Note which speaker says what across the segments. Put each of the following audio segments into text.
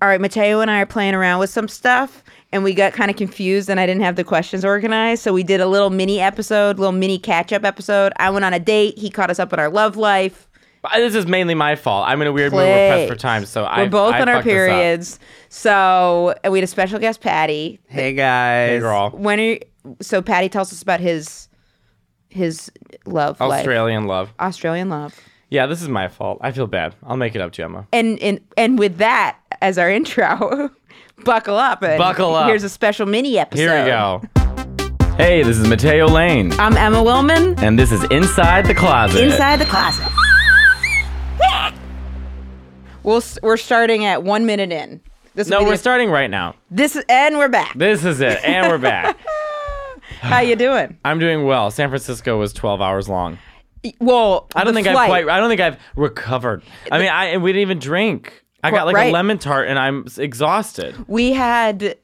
Speaker 1: all right, Mateo and I are playing around with some stuff and we got kind of confused and I didn't have the questions organized. So we did a little mini episode, little mini catch up episode. I went on a date. He caught us up on our love life.
Speaker 2: But This is mainly my fault. I'm in a weird mood. We're pressed for
Speaker 1: Please.
Speaker 2: time, so
Speaker 1: We're
Speaker 2: I,
Speaker 1: both
Speaker 2: I
Speaker 1: on our
Speaker 2: fucked this up.
Speaker 1: periods. So and we had a special guest, Patty.
Speaker 3: Hey guys.
Speaker 2: Hey, girl.
Speaker 1: When are you, so Patty tells us about his his love life.
Speaker 2: Australian love.
Speaker 1: Australian love.
Speaker 2: Yeah, this is my fault. I feel bad. I'll make it up to you, Emma.
Speaker 1: And and and with that as our intro, buckle up and
Speaker 2: Buckle up.
Speaker 1: Here's a special mini episode.
Speaker 2: Here we go. Hey, this is Mateo Lane,
Speaker 1: I'm Emma Willman.
Speaker 2: and this is Inside the Closet.
Speaker 1: the closet. We'll, s- we're starting at one minute in. This
Speaker 2: No,
Speaker 1: will be
Speaker 2: we're
Speaker 1: the-
Speaker 2: starting right now.
Speaker 1: This and we're back.
Speaker 2: This is it, and we're back.
Speaker 1: How you doing?
Speaker 2: I'm doing well. San Francisco was 12 hours long.
Speaker 1: Well,
Speaker 2: I don't
Speaker 1: the
Speaker 2: think
Speaker 1: flight-
Speaker 2: I've quite. I don't think I've recovered. I mean, I and we didn't even drink. I got like
Speaker 1: Right.
Speaker 2: a lemon tart, and I'm s- exhausted.
Speaker 1: We had.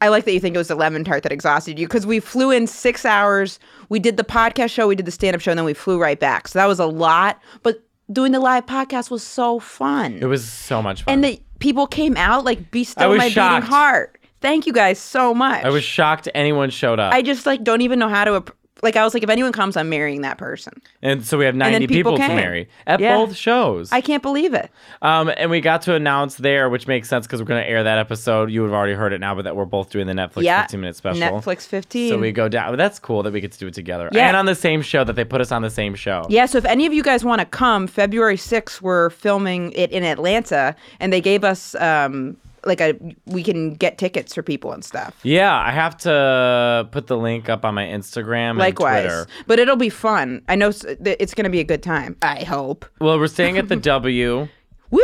Speaker 1: I like that you think it was the lemon tart that exhausted you because we flew in six hours. We did the podcast show, we did the stand up show, and then we flew right back. So that was a lot. But doing the live podcast was so fun.
Speaker 2: It was so much fun.
Speaker 1: and the people came out like, be still
Speaker 2: was
Speaker 1: my
Speaker 2: shocked.
Speaker 1: beating heart. Thank you guys so much.
Speaker 2: I was shocked anyone showed up.
Speaker 1: I just like don't even know how to ap- like I was like if anyone comes I'm marrying that person.
Speaker 2: and so we have 90
Speaker 1: people
Speaker 2: people, to
Speaker 1: came.
Speaker 2: marry at
Speaker 1: Yeah.
Speaker 2: both shows.
Speaker 1: I can't believe it.
Speaker 2: Um, and we got to announce there, which makes sense because we're going to air that episode. You would have already heard it now, but that we're both doing the Netflix
Speaker 1: yeah.
Speaker 2: 15 minute special.
Speaker 1: Netflix 15.
Speaker 2: So we go down. That's cool that we get to do it together.
Speaker 1: Yeah.
Speaker 2: And on the same show that they put us on the same show.
Speaker 1: yeah, so if any of you guys want to come, February 6th, we're filming it in Atlanta, and they gave us um, like a we can get tickets for people and stuff.
Speaker 2: Yeah, I have to put the link up on my Instagram and
Speaker 1: Likewise,
Speaker 2: Twitter.
Speaker 1: but it'll be fun. I know s- that it's going to be a good time. I hope.
Speaker 2: Well, we're staying at the W.
Speaker 1: Woo!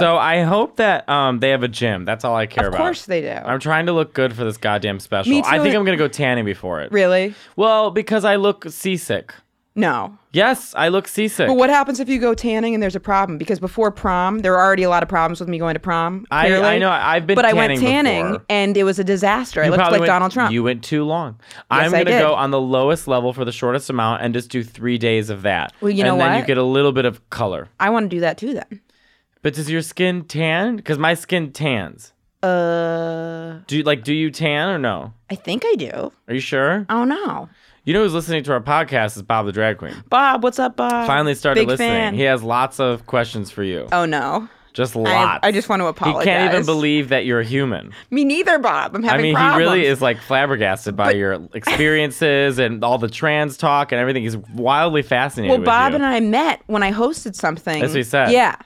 Speaker 2: So I hope that um, they have a gym. That's all I care
Speaker 1: of
Speaker 2: about.
Speaker 1: course they do.
Speaker 2: I'm trying to look good for this goddamn special.
Speaker 1: Me
Speaker 2: I
Speaker 1: too.
Speaker 2: think I'm going to go tanning before it.
Speaker 1: really?
Speaker 2: Well, because I look seasick.
Speaker 1: No.
Speaker 2: Yes, I look seasick.
Speaker 1: But what happens if you go tanning and there's a problem? Because before prom, there were already a lot of problems with me going to prom.
Speaker 2: I-
Speaker 1: clearly.
Speaker 2: I know, I- I've been
Speaker 1: but I went
Speaker 2: tanning
Speaker 1: tanning
Speaker 2: before.
Speaker 1: and it was a disaster. I
Speaker 2: You
Speaker 1: looked like
Speaker 2: probably went-
Speaker 1: Donald Trump.
Speaker 2: You went too long. I'm
Speaker 1: I
Speaker 2: gonna
Speaker 1: did.
Speaker 2: go on the lowest level for the shortest amount and just do three days of that.
Speaker 1: Well, you
Speaker 2: and
Speaker 1: know
Speaker 2: then you
Speaker 1: what?
Speaker 2: get a little bit of color.
Speaker 1: I want to do that too then.
Speaker 2: But does your skin tan? Because my skin tans.
Speaker 1: Uh,
Speaker 2: Do you like? Do you tan or no?
Speaker 1: I think I do.
Speaker 2: Are you sure?
Speaker 1: Oh no,
Speaker 2: You know who's listening to our podcast is Bob the drag queen.
Speaker 1: Bob, what's up, Bob?
Speaker 2: Finally started
Speaker 1: big
Speaker 2: listening.
Speaker 1: fan.
Speaker 2: He has lots of questions for you.
Speaker 1: Oh no,
Speaker 2: Just
Speaker 1: I-
Speaker 2: lots.
Speaker 1: I just want to
Speaker 2: He
Speaker 1: apologize.
Speaker 2: can't even believe that you're human.
Speaker 1: me neither, Bob. I'm
Speaker 2: I
Speaker 1: having
Speaker 2: mean,
Speaker 1: problems.
Speaker 2: he really is like flabbergasted by your experiences and all the trans talk and everything. He's wildly fascinated.
Speaker 1: Well,
Speaker 2: with
Speaker 1: Bob
Speaker 2: you.
Speaker 1: and I met when I hosted something.
Speaker 2: That's what he said.
Speaker 1: Yeah.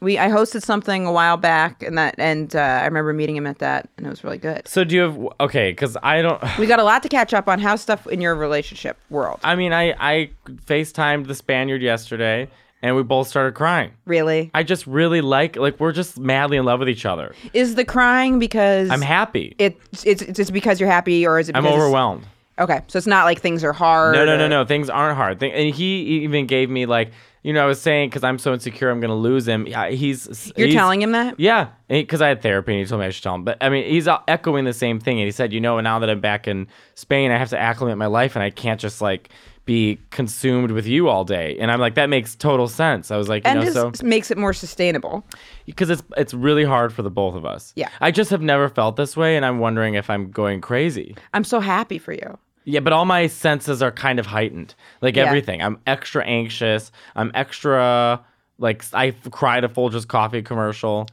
Speaker 1: We, I hosted something a while back, and that, and uh, I remember meeting him at that, and it was really good.
Speaker 2: So do you have okay? Because I don't.
Speaker 1: We got a lot to catch up on how stuff in your relationship world.
Speaker 2: I mean, I I Facetimed the Spaniard yesterday, and we both started crying.
Speaker 1: Really?
Speaker 2: I just really like like we're just madly in love with each other.
Speaker 1: Is the crying because
Speaker 2: I'm happy.
Speaker 1: It, it's it's just because you're happy, or is it?
Speaker 2: I'm
Speaker 1: because it's-
Speaker 2: overwhelmed.
Speaker 1: Okay, so it's not like things are hard.
Speaker 2: No, no, no,
Speaker 1: or-
Speaker 2: no. Things aren't hard. Thi- And he even gave me like you know I was saying because I'm so insecure I'm gonna lose him. I- He's
Speaker 1: You're
Speaker 2: he's-
Speaker 1: telling him that?
Speaker 2: Yeah, because I had therapy and he told me I should tell him. But I mean, he's uh, echoing the same thing. And he said, you know, now that I'm back in Spain, I have to acclimate my life and I can't just like be consumed with you all day. And I'm like, that makes total sense. I was like, you
Speaker 1: And
Speaker 2: know,
Speaker 1: it
Speaker 2: so
Speaker 1: makes it more sustainable.
Speaker 2: because it's it's really hard for the both of us.
Speaker 1: Yeah.
Speaker 2: I just have never felt this way, and I'm wondering if I'm going crazy.
Speaker 1: I'm so happy for you.
Speaker 2: Yeah, but all my senses are kind of heightened. Like everything. I'm extra anxious. I'm extra like I f- cried a Folgers coffee commercial.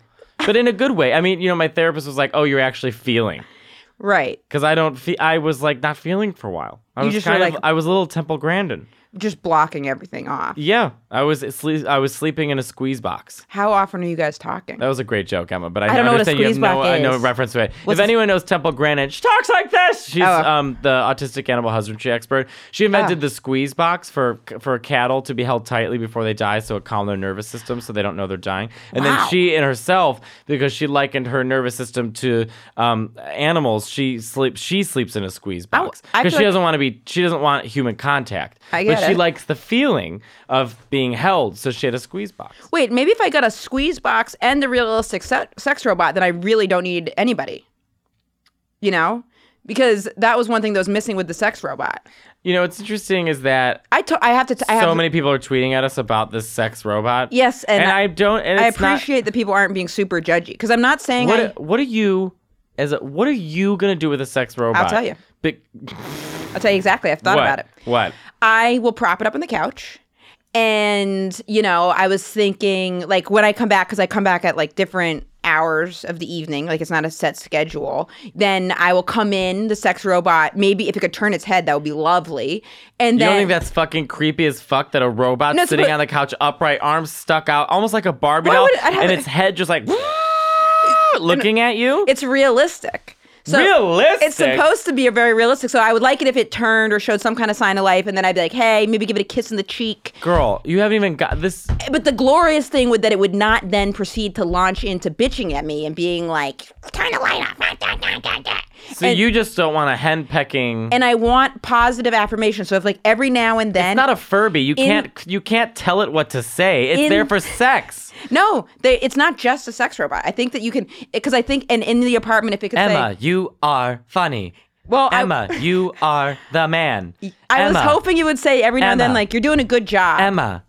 Speaker 2: But in a good way. I mean, you know, my therapist was like, "Oh, you're actually feeling."
Speaker 1: Right.
Speaker 2: Cuz I don't feel I was like not feeling for a while. I
Speaker 1: You
Speaker 2: was
Speaker 1: just were
Speaker 2: kind of
Speaker 1: like-
Speaker 2: I was a little Temple Grandin.
Speaker 1: Just blocking everything off.
Speaker 2: Yeah, I was sleep- I was sleeping in a squeeze box.
Speaker 1: How often are you guys talking?
Speaker 2: That was a great joke, Emma. But I,
Speaker 1: I don't know what a
Speaker 2: understand you have
Speaker 1: squeeze
Speaker 2: no,
Speaker 1: box
Speaker 2: I no
Speaker 1: is.
Speaker 2: reference to it.
Speaker 1: What's
Speaker 2: if
Speaker 1: a-
Speaker 2: anyone knows Temple Grandin, she talks like this. She's
Speaker 1: Oh.
Speaker 2: um, the autistic animal husbandry expert. She invented the squeeze box for for cattle to be held tightly before they die, so it calmed their nervous system, so they don't know they're dying. And
Speaker 1: Wow.
Speaker 2: then she and herself, because she likened her nervous system to um, animals, she sleeps she sleeps in a squeeze box
Speaker 1: Oh, I
Speaker 2: because
Speaker 1: feel
Speaker 2: she
Speaker 1: like-
Speaker 2: doesn't want to be she doesn't want human contact.
Speaker 1: I
Speaker 2: but
Speaker 1: get
Speaker 2: she
Speaker 1: it.
Speaker 2: likes the feeling of being held, so she had a squeeze box.
Speaker 1: Wait, maybe if I got a squeeze box and the realistic se- sex robot, then I really don't need anybody. You know? because that was one thing that was missing with the sex robot.
Speaker 2: You know, what's interesting is that
Speaker 1: I to- I have to. T- I have
Speaker 2: so
Speaker 1: to-
Speaker 2: many people are tweeting at us about this sex robot.
Speaker 1: Yes, and,
Speaker 2: and
Speaker 1: I,
Speaker 2: I, don't. And
Speaker 1: I
Speaker 2: it's not-
Speaker 1: appreciate that people aren't being super judgy because I'm not saying I,
Speaker 2: what What are you as a, What are you gonna do with a sex robot?
Speaker 1: tell you.
Speaker 2: Be-
Speaker 1: I'll tell you exactly. I've thought
Speaker 2: what?
Speaker 1: about it.
Speaker 2: What?
Speaker 1: I will prop it up on the couch. And, you know, I was thinking, like, when I come back, because I come back at like different hours of the evening, like, it's not a set schedule, then I will come in the sex robot. Maybe if it could turn its head, that would be lovely. And
Speaker 2: You
Speaker 1: then.
Speaker 2: don't think that's fucking creepy as fuck that a robot
Speaker 1: No, it's
Speaker 2: sitting
Speaker 1: what-
Speaker 2: on the couch upright, arms stuck out, almost like a Barbie
Speaker 1: Why
Speaker 2: doll,
Speaker 1: would it- I'd have
Speaker 2: and
Speaker 1: it-
Speaker 2: its head just like looking at you?
Speaker 1: it's realistic. So
Speaker 2: Realistic?
Speaker 1: It's supposed to be a very realistic. So I would like it if it turned or showed some kind of sign of life, and then I'd be like, "Hey, maybe give it a kiss in the cheek."
Speaker 2: Girl, you haven't even got this.
Speaker 1: But the glorious thing would that it would not then proceed to launch into bitching at me and being like, "Turn the light off."
Speaker 2: So you just don't want a hen pecking.
Speaker 1: And I want positive affirmation. So if like every now and then,
Speaker 2: It's not a Furby. You can't you can't tell it what to say. It's
Speaker 1: in-
Speaker 2: there for sex.
Speaker 1: no, they, it's not just a sex robot. I think that you can because I think and in the apartment if it could say,
Speaker 2: Emma, you are funny.
Speaker 1: Well, I-
Speaker 2: Emma, you are the man.
Speaker 1: I
Speaker 2: Emma,
Speaker 1: was hoping you would say every now and then
Speaker 2: Emma.
Speaker 1: like you're doing a good job,
Speaker 2: Emma,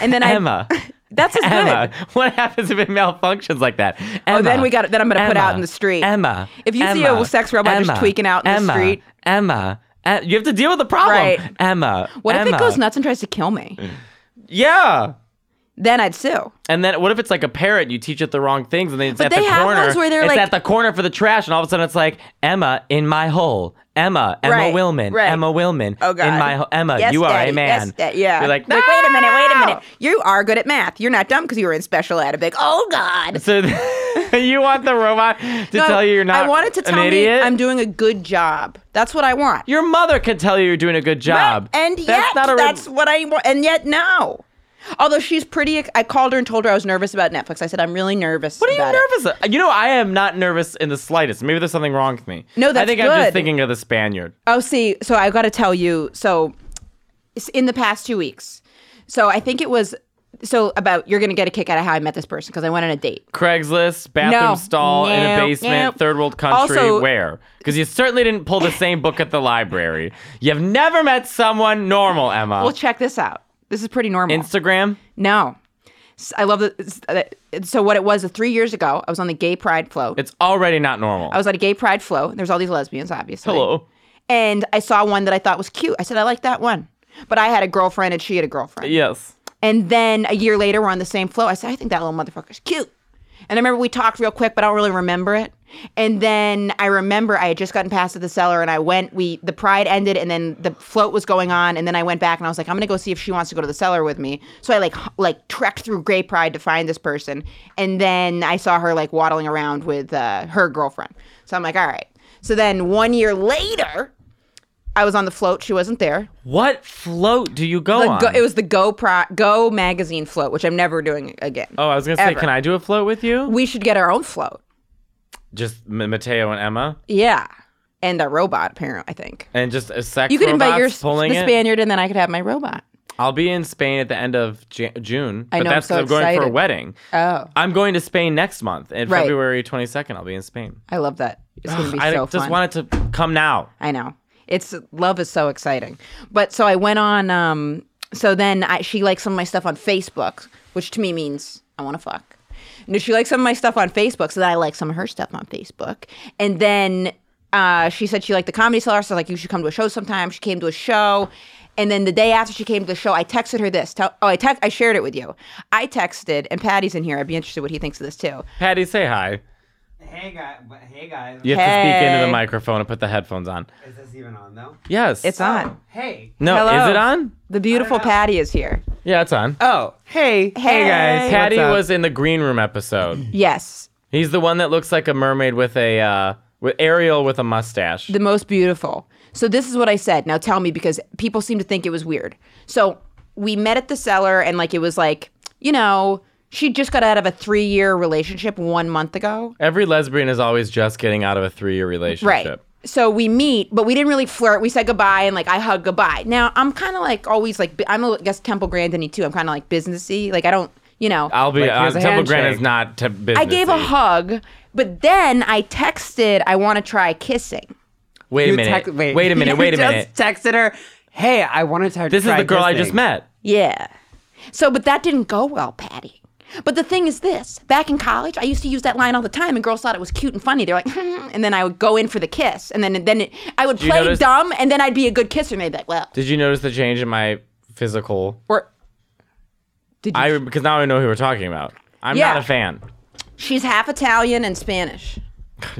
Speaker 1: and then I
Speaker 2: Emma,
Speaker 1: that's as good.
Speaker 2: Emma. What happens if it malfunctions like that? Emma,
Speaker 1: Oh, then we got. Then I'm gonna put out
Speaker 2: Emma,
Speaker 1: in the street.
Speaker 2: Emma.
Speaker 1: If you see a
Speaker 2: Emma,
Speaker 1: sex robot just
Speaker 2: Emma,
Speaker 1: tweaking out in the
Speaker 2: Emma,
Speaker 1: street-
Speaker 2: Emma. Em- you have to deal with the problem.
Speaker 1: Right.
Speaker 2: Emma.
Speaker 1: What if
Speaker 2: Emma. Mm.
Speaker 1: it goes nuts and tries to kill me?
Speaker 2: Yeah.
Speaker 1: then I'd sue.
Speaker 2: And then what if it's like a parrot? You teach it the wrong things, and then it's
Speaker 1: But
Speaker 2: at
Speaker 1: they
Speaker 2: the
Speaker 1: have
Speaker 2: corner.
Speaker 1: ones where they're
Speaker 2: it's
Speaker 1: like-
Speaker 2: at the corner for the trash, and all of a sudden it's like Emma in my hole. Emma, Emma
Speaker 1: Right,
Speaker 2: Willman,
Speaker 1: right.
Speaker 2: Emma Willman.
Speaker 1: Oh God.
Speaker 2: in my hole. Emma,
Speaker 1: Yes,
Speaker 2: you are
Speaker 1: Daddy.
Speaker 2: a man.
Speaker 1: Yes, Dad- yeah.
Speaker 2: You're like,
Speaker 1: Like, wait a minute, wait a
Speaker 2: "No!"
Speaker 1: minute. You are good at math. You're not dumb because you were in special ed. I'm like, oh God.
Speaker 2: So you want the robot to
Speaker 1: No,
Speaker 2: tell you you're not?
Speaker 1: I want it to tell
Speaker 2: an idiot?
Speaker 1: me I'm doing a good job. That's what I want.
Speaker 2: Your mother can tell you you're doing a good job.
Speaker 1: And
Speaker 2: that's
Speaker 1: yet,
Speaker 2: not a re-
Speaker 1: that's what I want. And yet, no. Although she's pretty, I called her and told her I was nervous about Netflix. I said I'm really nervous.
Speaker 2: What are you nervous? of? You know, I am not nervous in the slightest. Maybe there's something wrong with me.
Speaker 1: No,
Speaker 2: I
Speaker 1: that's
Speaker 2: think I'm
Speaker 1: good.
Speaker 2: just thinking of the Spaniard.
Speaker 1: Oh, see, so I got to tell you. So, s- in the past two weeks, so I think it was so about you're gonna get a kick out of how I met this person because I went on a date.
Speaker 2: Craigslist, bathroom
Speaker 1: No.
Speaker 2: stall in a
Speaker 1: No.
Speaker 2: basement,
Speaker 1: No.
Speaker 2: third world country.
Speaker 1: Also-
Speaker 2: where? Because you certainly didn't pull the same book at the library. You've never met someone normal, Emma.
Speaker 1: Well, check this out. This is pretty normal.
Speaker 2: Instagram.
Speaker 1: no, S- I love that. s- that- So what it was uh, three years ago, I was on the gay pride float.
Speaker 2: It's already not normal.
Speaker 1: I was at a gay pride float. There's all these lesbians, obviously.
Speaker 2: Hello.
Speaker 1: And I saw one that I thought was cute. I said I like that one, but I had a girlfriend and she had a girlfriend.
Speaker 2: Yes.
Speaker 1: And then a year later, we're on the same flow. I said, I think that little motherfucker's cute. And I remember we talked real quick, but I don't really remember it. And then I remember I had just gotten past at the cellar, and I went. We the pride ended, and then the float was going on, and then I went back, and I was like, I'm gonna go see if she wants to go to the cellar with me. So I like h- like trekked through Gay Pride to find this person, and then I saw her like waddling around with uh, her girlfriend. So I'm like, all right. So then one year later, I was on the float. She wasn't there.
Speaker 2: What float do you go
Speaker 1: The
Speaker 2: on?
Speaker 1: Go, it was the Go Pro, Go magazine float, which I'm never doing again.
Speaker 2: oh, I was gonna say,
Speaker 1: Ever.
Speaker 2: can I do a float with you?
Speaker 1: We should get our own float.
Speaker 2: just M- Mateo and Emma,
Speaker 1: Yeah, and a robot apparently. I think
Speaker 2: and just a sex.
Speaker 1: you could invite your
Speaker 2: robots pulling
Speaker 1: the
Speaker 2: it.
Speaker 1: Spaniard, and then I could have my robot.
Speaker 2: I'll be in Spain at the end of Jan- June.
Speaker 1: I
Speaker 2: but
Speaker 1: know, I'm
Speaker 2: That's
Speaker 1: so
Speaker 2: 'cause going for a
Speaker 1: excited.
Speaker 2: wedding.
Speaker 1: Oh,
Speaker 2: I'm going to Spain next month, and
Speaker 1: Right.
Speaker 2: February 22nd, I'll be in Spain.
Speaker 1: I love that. It's gonna be
Speaker 2: I
Speaker 1: so
Speaker 2: just
Speaker 1: fun.
Speaker 2: want it to come now.
Speaker 1: I know. It's love is so exciting. But so I went on. Um, so then I, she liked some of my stuff on Facebook, which to me means I want to fuck. No, she liked some of my stuff on Facebook, so then I like some of her stuff on Facebook. And then uh, she said she liked the comedy cellar, so I was like you should come to a show sometime. She came to a show, and then the day after she came to the show, I texted her this. Tell, oh, I text, I shared it with you. I texted, and Patty's in here. I'd be interested what he thinks of this too.
Speaker 2: Patty, say hi.
Speaker 3: Hey guys, hey guys,
Speaker 2: You have to speak into
Speaker 1: Hey.
Speaker 2: the microphone and put the headphones on.
Speaker 3: is this even on though?
Speaker 2: Yes.
Speaker 1: It's on.
Speaker 3: Hey.
Speaker 2: No,
Speaker 1: Hello.
Speaker 2: is it on?
Speaker 1: The beautiful Patty is here.
Speaker 2: Yeah, it's on.
Speaker 3: Oh, hey, hey,
Speaker 1: guys, Hey,
Speaker 2: Patty was in the green room episode.
Speaker 1: Yes,
Speaker 2: He's the one that looks like a mermaid with a uh, with Ariel with a mustache.
Speaker 1: the most beautiful. So this is what I said. Now tell me because people seem to think it was weird. So we met at the cellar and like it was like, you know, she just got out of a 3-year relationship 1 month ago.
Speaker 2: Every lesbian is always just getting out of a three-year
Speaker 1: Right.
Speaker 2: relationship.
Speaker 1: So we meet, but we didn't really flirt. We said goodbye and like I hug goodbye. Now I'm kind of like always like bu- I'm a, I guess Temple Grandini too. I'm kind of like businessy. Like I don't, you know.
Speaker 2: I'll be
Speaker 3: Like,
Speaker 2: uh,
Speaker 3: here's a
Speaker 2: Temple Grandin
Speaker 3: handshake.
Speaker 2: is not t- business.
Speaker 1: I gave a hug, but then I texted I want to try kissing.
Speaker 2: Wait
Speaker 4: You
Speaker 2: a minute.
Speaker 4: text-
Speaker 2: wait. a minute.
Speaker 4: You
Speaker 2: Wait a
Speaker 4: just
Speaker 2: minute.
Speaker 4: Texted her, "Hey, I wanted to."
Speaker 2: This is the girl I just met.
Speaker 1: Yeah. So, but that didn't go well, Patty. But the thing is this back in college, I used to use that line all the time, and girls thought it was cute and funny. They're like, hmm, and then I would go in for the kiss, and then then it, I would
Speaker 2: you
Speaker 1: play
Speaker 2: notice-
Speaker 1: dumb, and then I'd be a good kisser, and they'd be like, well,
Speaker 2: Did you notice the change in my physical?
Speaker 1: or did you?
Speaker 2: I because now I know who we're talking about. I'm
Speaker 1: Yeah.
Speaker 2: not a fan.
Speaker 1: she's half Italian and Spanish.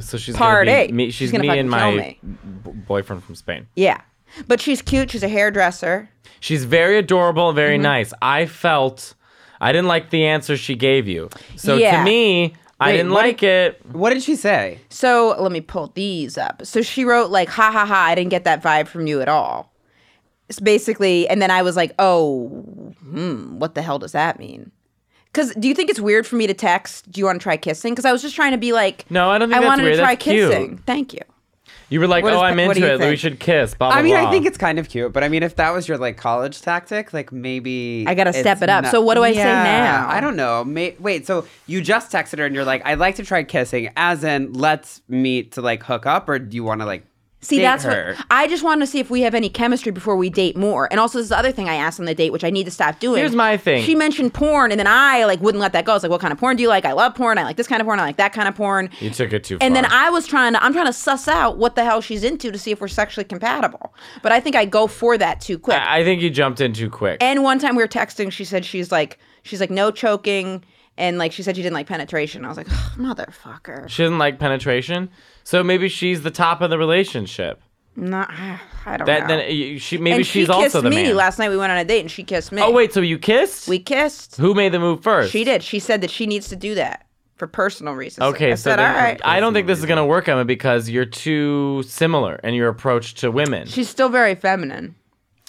Speaker 2: So she's
Speaker 1: Part
Speaker 2: gonna be
Speaker 1: eight.
Speaker 2: Me,
Speaker 1: She's
Speaker 2: she's
Speaker 1: gonna
Speaker 2: me
Speaker 1: fucking
Speaker 2: and my
Speaker 1: kill me.
Speaker 2: b- boyfriend from Spain.
Speaker 1: Yeah, but she's cute. She's a hairdresser.
Speaker 2: She's very adorable, very
Speaker 1: Mm-hmm.
Speaker 2: nice. I felt I didn't like the answer she gave you. So
Speaker 1: Yeah.
Speaker 2: to me, I
Speaker 4: Wait,
Speaker 2: didn't
Speaker 4: what-
Speaker 2: like it.
Speaker 4: What did she say?
Speaker 1: So let me pull these up. So she wrote like, "Ha ha ha! I didn't get that vibe from you at all." It's basically, and then I was like, "Oh, hmm, what the hell does that mean?" Because do you think it's weird for me to text? Do you want to try kissing? Because I was just trying to be like,
Speaker 2: No, I don't think
Speaker 1: I
Speaker 2: that's
Speaker 1: wanted
Speaker 2: weird.
Speaker 1: to try
Speaker 2: That's cute.
Speaker 1: kissing. Thank you.
Speaker 2: You were like,
Speaker 1: What
Speaker 2: "Oh,
Speaker 1: is-
Speaker 2: I'm
Speaker 1: what do
Speaker 2: into
Speaker 1: you
Speaker 2: it. We
Speaker 1: think?
Speaker 2: should kiss." Blah blah.
Speaker 4: I mean,
Speaker 2: blah.
Speaker 4: I think it's kind of cute, but I mean, if that was your like college tactic, like maybe
Speaker 1: I gotta
Speaker 4: it's
Speaker 1: step it up.
Speaker 4: not-
Speaker 1: So what do I say
Speaker 4: Yeah,
Speaker 1: now?
Speaker 4: I don't know. May- wait, so you just texted her and you're like, "I'd like to try kissing," as in, let's meet to like hook up, or do you want to like
Speaker 1: See,
Speaker 4: date
Speaker 1: that's
Speaker 4: her?
Speaker 1: what I just wanted to see if we have any chemistry before we date more. And also, this is the other thing I asked on the date, which I need to stop doing.
Speaker 2: Here's my thing.
Speaker 1: She mentioned porn, and then I like wouldn't let that go. I was like, "What kind of porn do you like? I love porn. I like this kind of porn. I like that kind of porn."
Speaker 2: you took it too far.
Speaker 1: And then I was trying to, I'm trying to suss out what the hell she's into to see if we're sexually compatible. But I think I go for that too quick.
Speaker 2: I I think you jumped in too quick.
Speaker 1: and one time we were texting, she said she's like, she's like, no choking. And like, she said she didn't like penetration. I was like, motherfucker.
Speaker 2: she doesn't like penetration, so maybe she's the top of the relationship.
Speaker 1: Not, I don't
Speaker 2: That
Speaker 1: know.
Speaker 2: then you- she maybe
Speaker 1: and
Speaker 2: she's
Speaker 1: she kissed
Speaker 2: also the
Speaker 1: me
Speaker 2: man.
Speaker 1: last night. We went on a date and she kissed me.
Speaker 2: oh wait, so you kissed?
Speaker 1: We kissed.
Speaker 2: Who made the move first?
Speaker 1: She did. She said that she needs to do that for personal reasons.
Speaker 2: Okay,
Speaker 1: I
Speaker 2: so
Speaker 1: said,
Speaker 2: then-
Speaker 1: all right.
Speaker 2: I don't think this is gonna work, Emma, because you're too similar in your approach to women.
Speaker 1: she's still very feminine.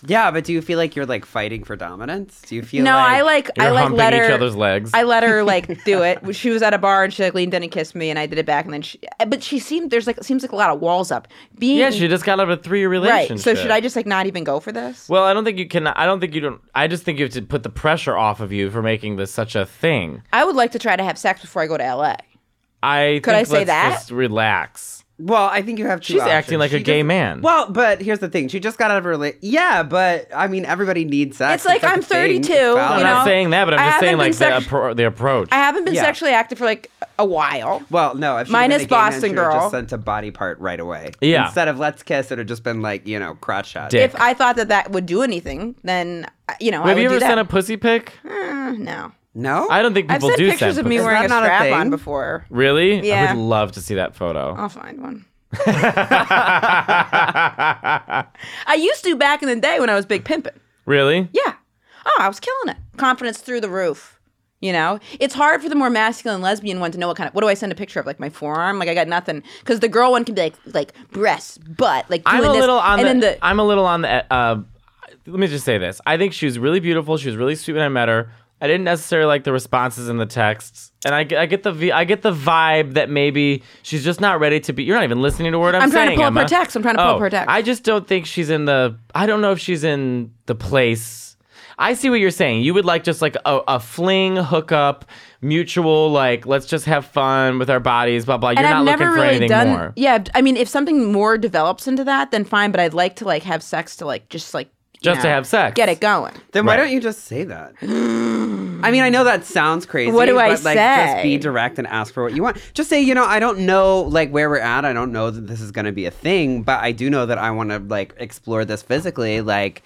Speaker 4: Yeah, but do you feel like you're like fighting for dominance? Do you feel
Speaker 1: No,
Speaker 4: like,
Speaker 1: I like
Speaker 2: you're
Speaker 1: I like
Speaker 2: humping
Speaker 1: let
Speaker 2: each
Speaker 1: her-
Speaker 2: other's legs.
Speaker 1: I let her like do it. She was at a bar and she like leaned in and kissed me, and I did it back. And then she, but she seemed there's like seems like a lot of walls up. Being
Speaker 2: yeah, she just got out of a three-year relationship.
Speaker 1: right. So should I just like not even go for this?
Speaker 2: Well, I don't think you can. I don't think you don't. I just think you have to put the pressure off of you for making this such a thing.
Speaker 1: I would like to try to have sex before I go to L.A.
Speaker 2: I
Speaker 1: Could
Speaker 2: think
Speaker 1: I say
Speaker 2: let's
Speaker 1: that?
Speaker 2: Just relax.
Speaker 4: Well, I think you have two
Speaker 2: She's
Speaker 4: options.
Speaker 2: acting like a
Speaker 4: She
Speaker 2: gay
Speaker 4: just-
Speaker 2: man.
Speaker 4: Well, but here's the thing. She just got out of her rela- Yeah, but I mean everybody needs sex.
Speaker 1: It's like, I'm
Speaker 4: a
Speaker 1: 32,
Speaker 4: thing. It's
Speaker 1: you
Speaker 4: valid.
Speaker 2: I'm
Speaker 1: know?
Speaker 2: not saying that, but
Speaker 1: I
Speaker 2: I'm just
Speaker 1: haven't
Speaker 2: saying like
Speaker 1: been
Speaker 2: the,
Speaker 1: sex-
Speaker 2: appro- the approach.
Speaker 1: I haven't been
Speaker 4: Yeah.
Speaker 1: sexually active for like a while.
Speaker 4: Well, no, if she
Speaker 1: Mine
Speaker 4: had been
Speaker 1: is
Speaker 4: a gay man,
Speaker 1: Boston
Speaker 4: she would've
Speaker 1: Girl.
Speaker 4: Just sent a body part right away.
Speaker 2: Yeah.
Speaker 4: Instead of let's kiss, it'd have just been like you know crotch shot.
Speaker 2: Dick.
Speaker 1: If I thought that that would do anything, then uh, you know I
Speaker 2: have
Speaker 1: would
Speaker 2: you ever
Speaker 1: do
Speaker 2: sent a
Speaker 1: that.
Speaker 2: pussy pic?
Speaker 1: Mm, no,
Speaker 4: No,
Speaker 2: I don't think
Speaker 1: I've
Speaker 2: people
Speaker 1: sent
Speaker 2: do
Speaker 1: pictures
Speaker 2: send
Speaker 1: of me
Speaker 2: pussy-
Speaker 1: wearing a
Speaker 4: Is that not a
Speaker 1: strap on
Speaker 4: thing?
Speaker 1: before.
Speaker 2: Really?
Speaker 1: Yeah. Uh,
Speaker 2: I would love to see that photo.
Speaker 1: I'll find one. I used to back in the day when I was big pimping.
Speaker 2: Really?
Speaker 1: Yeah. Oh, I was killing it. Confidence through the roof. You know, it's hard for the more masculine lesbian one to know what kind of what do I send a picture of, like my forearm, like I got nothing, because the girl one can be like like breasts, butt, like doing
Speaker 2: I'm a
Speaker 1: this,
Speaker 2: little on
Speaker 1: and then
Speaker 2: the,
Speaker 1: the
Speaker 2: I'm a little on the. Uh, let me just say this. I think she was really beautiful. She was really sweet when I met her. I didn't necessarily like the responses in the texts, and I, get- I get the vi- I get the vibe that maybe she's just not ready to be. You're not even listening to a word I'm,
Speaker 1: I'm trying to
Speaker 2: saying,
Speaker 1: pull up her
Speaker 2: Emma.
Speaker 1: text. I'm trying to pull up
Speaker 2: Oh,
Speaker 1: her text.
Speaker 2: I just don't think she's in the. I don't know if she's in the place. I see what you're saying. You would like just like a, a fling hookup, mutual like let's just have fun with our bodies, blah blah. You're
Speaker 1: and
Speaker 2: not
Speaker 1: I've
Speaker 2: looking
Speaker 1: never
Speaker 2: for
Speaker 1: really
Speaker 2: anything
Speaker 1: done.
Speaker 2: more.
Speaker 1: Yeah, I mean, if something more develops into that, then fine. But I'd like to like have sex to like just like you
Speaker 2: Just to
Speaker 1: know,
Speaker 2: have sex.
Speaker 1: get it going.
Speaker 4: Then why don't you just say that? I mean, I know that sounds crazy.
Speaker 1: What do I
Speaker 4: but, like,
Speaker 1: say?
Speaker 4: Just be direct and ask for what you want. Just say, you know, I don't know like where we're at. I don't know that this is going to be a thing, but I do know that I want to like explore this physically. Like,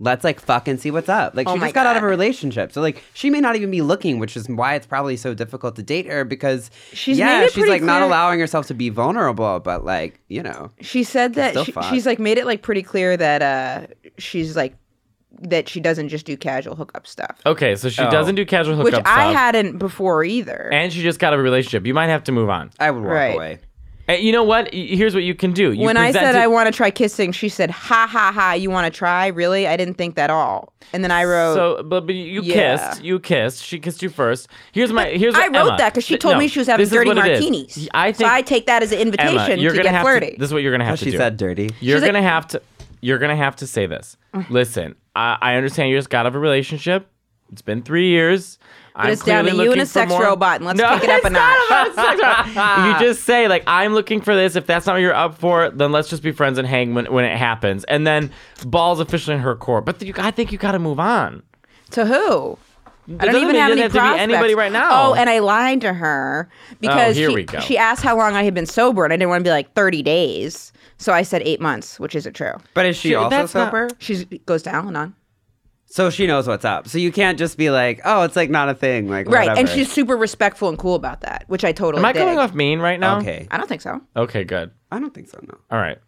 Speaker 4: let's like fucking see what's up. Like,
Speaker 1: Oh
Speaker 4: she
Speaker 1: my
Speaker 4: just got out of
Speaker 1: God.
Speaker 4: a relationship, so like she may not even be looking, which is why it's probably so difficult to date her because
Speaker 1: She's
Speaker 4: yeah,
Speaker 1: made it
Speaker 4: she's
Speaker 1: pretty
Speaker 4: like not
Speaker 1: clear-
Speaker 4: allowing herself to be vulnerable, but like you know,
Speaker 1: She said that
Speaker 4: still
Speaker 1: she,
Speaker 4: fuck.
Speaker 1: she's like made it like pretty clear that uh she's like that she doesn't just do casual hookup stuff,
Speaker 2: Okay, so she doesn't do casual hookup
Speaker 1: Oh. which
Speaker 2: stuff.
Speaker 1: I hadn't before either.
Speaker 2: and she just got out of a relationship. You might have to move on.
Speaker 4: I would walk
Speaker 1: Right.
Speaker 4: away.
Speaker 2: And you know what? Y- Here's what you can do. You
Speaker 1: when I said
Speaker 2: presented-
Speaker 1: I want to try kissing, she said, "Ha ha ha! You want to try? Really? I didn't think that all." And then I wrote,
Speaker 2: so, but, but you
Speaker 1: Yeah.
Speaker 2: kissed. You kissed. She kissed you first. Here's my. Here's
Speaker 1: "I
Speaker 2: what-
Speaker 1: wrote
Speaker 2: Emma,
Speaker 1: that because she
Speaker 2: th-
Speaker 1: told
Speaker 2: no,
Speaker 1: me she was having
Speaker 2: this is
Speaker 1: dirty
Speaker 2: what it is.
Speaker 1: martinis."
Speaker 2: I think
Speaker 1: so I take that as an invitation
Speaker 2: Emma, you're
Speaker 1: to
Speaker 2: gonna
Speaker 1: get
Speaker 2: have
Speaker 1: flirty.
Speaker 2: To, this is what you're gonna have to
Speaker 4: She
Speaker 2: do.
Speaker 4: said dirty.
Speaker 2: You're
Speaker 1: She's like- Mm.
Speaker 2: gonna have to. You're gonna have to say this. Listen, I, I understand you just got out of a relationship. It's been three years. I'm
Speaker 1: it's down to
Speaker 2: clearly
Speaker 1: you and
Speaker 2: looking
Speaker 1: a
Speaker 2: for
Speaker 1: sex
Speaker 2: more-
Speaker 1: robot, and let's
Speaker 2: No,
Speaker 1: kick it up a
Speaker 2: it's not
Speaker 1: notch.
Speaker 2: about sex robot. you just say like, "I'm looking for this." If that's not what you're up for, then let's just be friends and hang when, when it happens. And then balls officially in her court. But you, I think you got to move on.
Speaker 1: To who? I don't
Speaker 2: doesn't
Speaker 1: even
Speaker 2: mean it
Speaker 1: have any
Speaker 2: doesn't have to be
Speaker 1: prospects.
Speaker 2: anybody right now. Oh,
Speaker 1: Oh, and I lied to her because
Speaker 2: here
Speaker 1: she,
Speaker 2: we go.
Speaker 1: she asked how long I had been sober, and I didn't want to be like thirty days, so I said eight months, which isn't true.
Speaker 4: But is she
Speaker 2: Shit,
Speaker 4: also
Speaker 2: that's not-
Speaker 4: sober?
Speaker 1: She goes to Al-Anon,
Speaker 4: So she knows what's up. So you can't just be like, oh, it's like not a thing. Like
Speaker 1: right? And
Speaker 4: whatever.
Speaker 1: she's super respectful and cool about that, which I totally.
Speaker 2: Am I
Speaker 1: dig.
Speaker 2: going off mean right now?
Speaker 4: okay.
Speaker 1: I don't think so.
Speaker 2: Okay. Good.
Speaker 4: I don't think so. No.
Speaker 2: All right.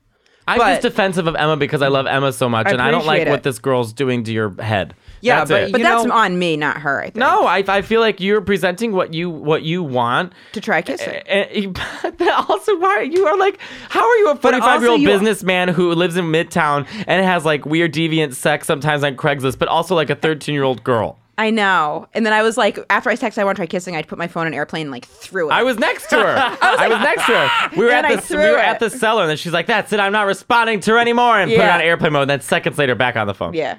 Speaker 2: I'm
Speaker 4: But-
Speaker 2: just defensive of Emma because I love Emma so much,
Speaker 1: I
Speaker 2: and I don't like
Speaker 1: appreciate it.
Speaker 2: what this girl's doing to your head.
Speaker 4: Yeah,
Speaker 2: That's
Speaker 4: but
Speaker 2: it.
Speaker 1: But
Speaker 4: You
Speaker 1: that's
Speaker 4: know-
Speaker 1: on me, not her. I think.
Speaker 2: no, I, I feel like you're presenting what you what you want.
Speaker 1: to try
Speaker 2: Eh.
Speaker 1: kissing.
Speaker 2: And, but also, why are you are like? How are you a
Speaker 4: also
Speaker 2: forty-five-year-old
Speaker 4: you-
Speaker 2: businessman who lives in Midtown and has like weird deviant sex sometimes on Craigslist, but also like a thirteen-year-old girl?
Speaker 1: I know. And then I was like, after I texted, I want to try kissing. I'd put my phone in airplane and like threw it.
Speaker 2: I was next to her. I was, next to her. We were
Speaker 1: And
Speaker 2: at
Speaker 1: I
Speaker 2: the
Speaker 1: threw
Speaker 2: we were
Speaker 1: it.
Speaker 2: at the cellar, and then she's like, "That's it. I'm not responding to her anymore," and put it
Speaker 1: Yeah.
Speaker 2: on airplane mode. And then seconds later, back on the phone.
Speaker 1: yeah.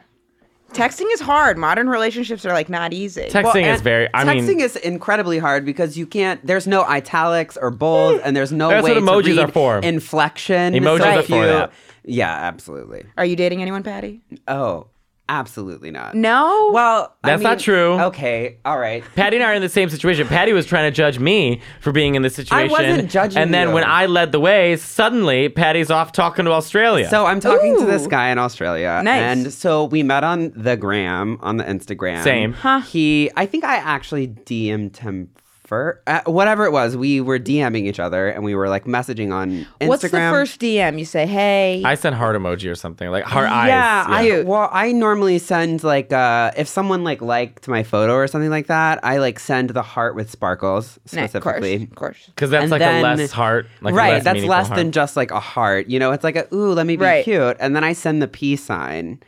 Speaker 1: Texting is hard. Modern relationships are like not easy.
Speaker 2: Texting is
Speaker 4: and
Speaker 2: very. I mean,
Speaker 4: texting is incredibly hard because you can't. There's no italics or bold, and there's no
Speaker 2: That's
Speaker 4: way
Speaker 2: what emojis
Speaker 4: to read
Speaker 2: are for.
Speaker 4: inflection.
Speaker 2: Emojis
Speaker 4: So
Speaker 2: are
Speaker 4: if
Speaker 2: for
Speaker 4: you-
Speaker 2: that.
Speaker 4: Yeah, absolutely.
Speaker 1: are you dating anyone, Patty?
Speaker 4: Oh, absolutely not.
Speaker 1: No.
Speaker 4: Well, I
Speaker 2: That's not
Speaker 4: mean-
Speaker 2: true.
Speaker 4: Okay, all right.
Speaker 2: Patty and I are in the same situation. Patty was trying to judge me for being in this situation.
Speaker 4: wasn't judging
Speaker 2: And then
Speaker 4: you.
Speaker 2: when I led the way, suddenly Patty's off talking to Australia.
Speaker 4: So I'm talking to this
Speaker 1: Ooh.
Speaker 4: guy in Australia.
Speaker 1: Nice.
Speaker 4: And so we met on the gram, on the Instagram.
Speaker 2: Same.
Speaker 1: Huh.
Speaker 4: He, I think I actually DM'd him first. Uh, whatever it was, we were DMing each other and we were like messaging on Instagram.
Speaker 1: What's the first DM? You say, hey.
Speaker 2: I sent heart emoji or something like heart
Speaker 4: yeah,
Speaker 2: eyes.
Speaker 4: I well, I normally send like uh if someone like liked my photo or something like that, I like send the heart with sparkles
Speaker 1: Nah, of course,
Speaker 4: specifically.
Speaker 1: Of course.
Speaker 2: because that's
Speaker 4: and
Speaker 2: like
Speaker 4: then-
Speaker 2: a less heart. Like a
Speaker 4: right,
Speaker 2: less
Speaker 4: that's
Speaker 2: meaningful
Speaker 4: less
Speaker 2: heart.
Speaker 4: than just like a heart. You know, it's like a ooh, let me be
Speaker 1: Right.
Speaker 4: cute, and then I send the peace sign,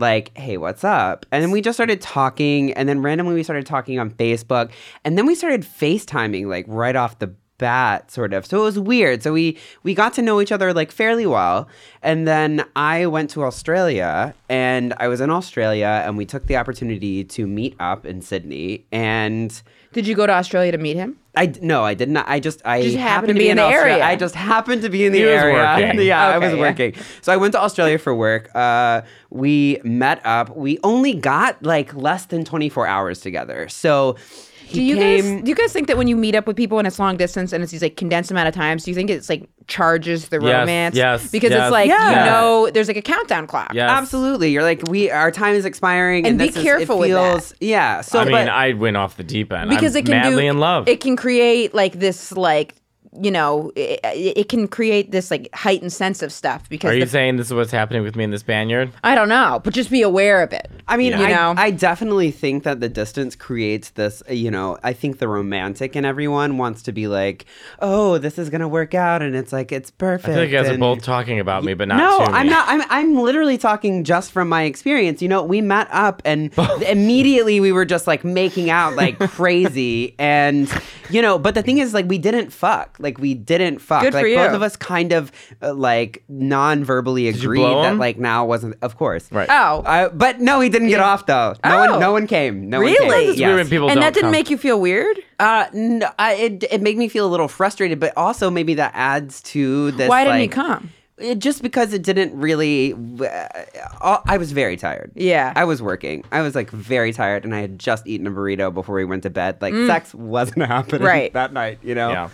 Speaker 4: like hey, what's up? And then we just started talking, and then randomly we started talking on Facebook, and then we started FaceTiming like right off the bat, sort of. So it was weird. So we we got to know each other like fairly well, and then I went to Australia, and I was in Australia, and we took the opportunity to meet up in Sydney, and.
Speaker 1: Did you go to Australia to meet him?
Speaker 4: I d- no, I did not. I just I
Speaker 1: Just
Speaker 4: happened to be, in,
Speaker 1: the
Speaker 4: Austra-
Speaker 1: area.
Speaker 4: I just happened to be in the
Speaker 2: He was
Speaker 4: area.
Speaker 2: working.
Speaker 4: yeah, I
Speaker 1: Okay,
Speaker 4: was
Speaker 1: yeah.
Speaker 4: working. So I went to Australia for work. Uh, we met up. We only got like less than twenty four hours together. So he
Speaker 1: Do you
Speaker 4: came.
Speaker 1: guys do you guys think that when you meet up with people and it's long distance and it's these like condensed amount of times, do you think it's like charges the
Speaker 2: Yes,
Speaker 1: romance?
Speaker 2: yes,
Speaker 1: Because
Speaker 2: yes,
Speaker 1: it's like
Speaker 4: Yeah.
Speaker 1: you know there's like a countdown clock.
Speaker 2: Yes.
Speaker 4: Absolutely, you're like we. Our time is expiring, and,
Speaker 1: And be
Speaker 4: this is-
Speaker 1: careful
Speaker 4: it
Speaker 1: with that.
Speaker 4: feels, Yeah. So,
Speaker 2: I mean,
Speaker 4: but
Speaker 2: I went off the deep end.
Speaker 1: because
Speaker 2: I'm
Speaker 1: it can
Speaker 2: madly
Speaker 1: do,
Speaker 2: in love.
Speaker 1: It can create like this, like you know, it, it can create this like heightened sense of stuff because
Speaker 2: Are you
Speaker 1: the-
Speaker 2: saying this is what's happening with me in this Spaniard?
Speaker 1: I don't know, but just be aware of it.
Speaker 4: I mean,
Speaker 1: you
Speaker 4: I,
Speaker 1: know,
Speaker 4: I definitely think that the distance creates this, uh, you know, I think the romantic in everyone wants to be like, oh, this is going to work out. And it's like, it's perfect.
Speaker 2: I feel like you guys are
Speaker 4: and-
Speaker 2: both talking about me, but not
Speaker 4: No,
Speaker 2: to me.
Speaker 4: I'm not. I'm, I'm literally talking just from my experience. You know, we met up and immediately we were just like making out like crazy. And, you know, but the thing is, like, we didn't fuck. Like, we didn't fuck.
Speaker 1: Good for
Speaker 4: like,
Speaker 1: you.
Speaker 4: both of us kind of uh, like non verbally
Speaker 2: you
Speaker 4: agreed
Speaker 2: blow
Speaker 4: that,
Speaker 2: him?
Speaker 4: like, now wasn't, of course.
Speaker 2: Right.
Speaker 1: oh,
Speaker 4: Uh, but no, he didn't get off though. No
Speaker 1: Oh.
Speaker 4: one, no one came. No one
Speaker 1: Really?
Speaker 4: came.
Speaker 1: It's
Speaker 2: It's weird when people
Speaker 1: and
Speaker 2: don't
Speaker 1: that didn't
Speaker 2: come.
Speaker 1: make you feel weird.
Speaker 4: Uh, no, I, it it made me feel a little frustrated, but also maybe that adds to this.
Speaker 1: Why didn't he
Speaker 4: like-
Speaker 1: come?
Speaker 4: It, just because it didn't really. Uh, I was very tired.
Speaker 1: Yeah.
Speaker 4: I was working. I was like very tired, and I had just eaten a burrito before we went to bed. Like sex wasn't happening
Speaker 1: Mm. Right.
Speaker 4: that night. You know.
Speaker 2: Yeah.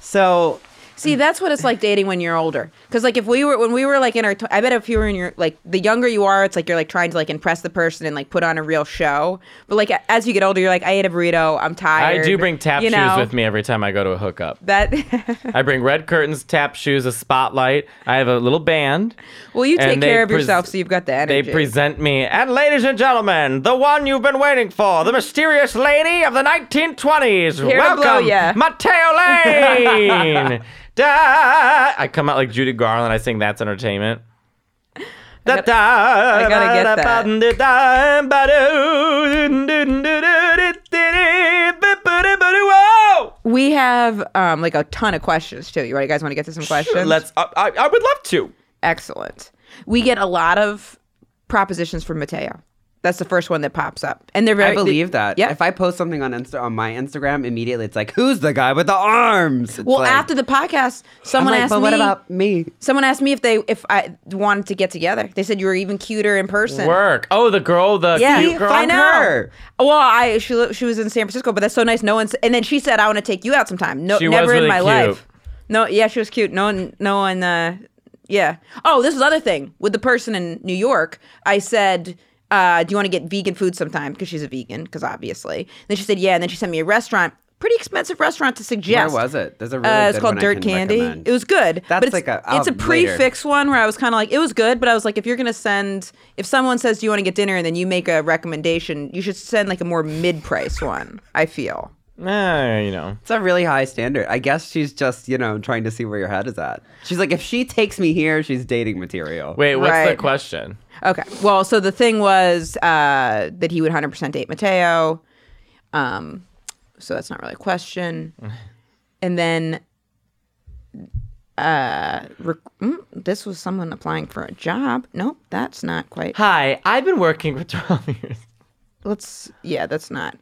Speaker 4: So
Speaker 1: See, that's what it's like dating when you're older. Because like if we were when we were like in our, tw- I bet if you were in your like the younger you are, it's like you're like trying to like impress the person and like put on a real show. But like a- as you get older, you're like, I ate a burrito. I'm
Speaker 2: I
Speaker 1: tired.
Speaker 2: do bring tap
Speaker 1: you
Speaker 2: shoes
Speaker 1: know?
Speaker 2: with me every time I go to a hookup.
Speaker 1: That
Speaker 2: I bring red curtains, tap shoes, a spotlight. I have a little band.
Speaker 1: Well, you
Speaker 2: And
Speaker 1: take
Speaker 2: they
Speaker 1: care of
Speaker 2: pres-
Speaker 1: yourself so you've got the
Speaker 2: They
Speaker 1: energy.
Speaker 2: present me, and ladies and gentlemen, the one you've been waiting for, the mysterious lady of the 1920s.
Speaker 1: Here to blow
Speaker 2: Welcome,
Speaker 1: ya.
Speaker 2: Mateo Lane. da. I come out like Judy Garland. I sing "That's Entertainment." Da da. I
Speaker 1: gotta get
Speaker 2: that.
Speaker 1: we have um, like a ton of questions too. You, you guys want to get to some questions?
Speaker 2: Let's. I, I, I would love to.
Speaker 1: Excellent. We get a lot of propositions from Mateo. That's the first one that pops up, and they're very
Speaker 4: I believe that.
Speaker 1: Yeah.
Speaker 4: If I post something on Insta on my Instagram, immediately it's like, who's the guy with the arms? It's
Speaker 1: well,
Speaker 4: like-
Speaker 1: after the podcast,
Speaker 4: I'm
Speaker 1: someone
Speaker 4: like,
Speaker 1: asked
Speaker 4: but
Speaker 1: me.
Speaker 4: what about me?
Speaker 1: someone asked me if they if I wanted to get together. They said you were even cuter in person.
Speaker 2: Work. Oh, the girl, the
Speaker 1: Yeah,
Speaker 2: cute girl.
Speaker 1: I know.
Speaker 4: her.
Speaker 1: Well, I she li- she was in San Francisco, but that's so nice. No one's and then she said, "I want to take you out sometime." No,
Speaker 2: She was
Speaker 1: never in
Speaker 2: really
Speaker 1: my
Speaker 2: cute.
Speaker 1: life. No, yeah, she was cute. No one, no one. Uh, yeah. Oh, this is the other thing with the person in New York. I said. Uh, do you want to get vegan food sometime? Because she's a vegan, because obviously. then she said, yeah. And then she sent me a restaurant, pretty expensive restaurant to
Speaker 4: Where
Speaker 1: suggest.
Speaker 4: was it? There's a really
Speaker 1: Uh,
Speaker 4: good
Speaker 1: it's called
Speaker 4: one I
Speaker 1: Dirt
Speaker 4: can
Speaker 1: Candy.
Speaker 4: recommend.
Speaker 1: It was good.
Speaker 4: That's
Speaker 1: but it's,
Speaker 4: like a- I'll-
Speaker 1: it's a
Speaker 4: later.
Speaker 1: prefix one where I was kind of like, it was good, but I was like, if you're gonna send, if someone says do you want to get dinner and then you make a recommendation, you should send like a more mid-price one. I feel.
Speaker 2: Eh, you know.
Speaker 4: It's a really high standard. I guess she's just, you know, trying to see where your head is at. She's like, if she takes me here, she's dating material.
Speaker 2: Wait, what's the
Speaker 1: Right.
Speaker 2: question?
Speaker 1: Okay. Well, so the thing was uh, that he would 100% date Mateo. Um, so that's not really a question. And then uh, rec- mm, this was someone applying for a job. Nope, that's not quite.
Speaker 2: Hi, I've been working for 12 years.
Speaker 1: let's yeah that's not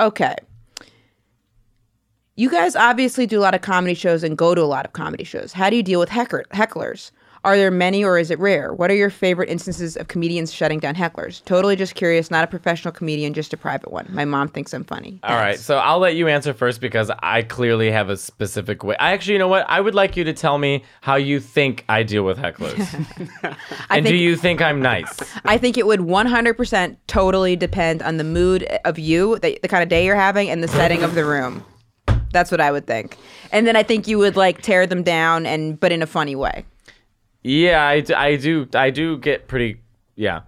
Speaker 1: okay you guys obviously do a lot of comedy shows and go to a lot of comedy shows how do you deal with hecker- hecklers are there many or is it rare what are your favorite instances of comedians shutting down hecklers totally just curious not a professional comedian just a private one my mom thinks i'm funny
Speaker 2: All right, so I'll let you answer first because I clearly have a specific way. I actually, you know what? I would like you to tell me how you think I deal with hecklers. and do
Speaker 1: think-
Speaker 2: you think I'm nice?
Speaker 1: I think it would 100% totally depend on the mood of you, the, the kind of day you're having, and the setting of the room. That's what I would think. And then I think you would like tear them down, and but in a funny way.
Speaker 2: Yeah, I, d- I do. I do get pretty. Yeah.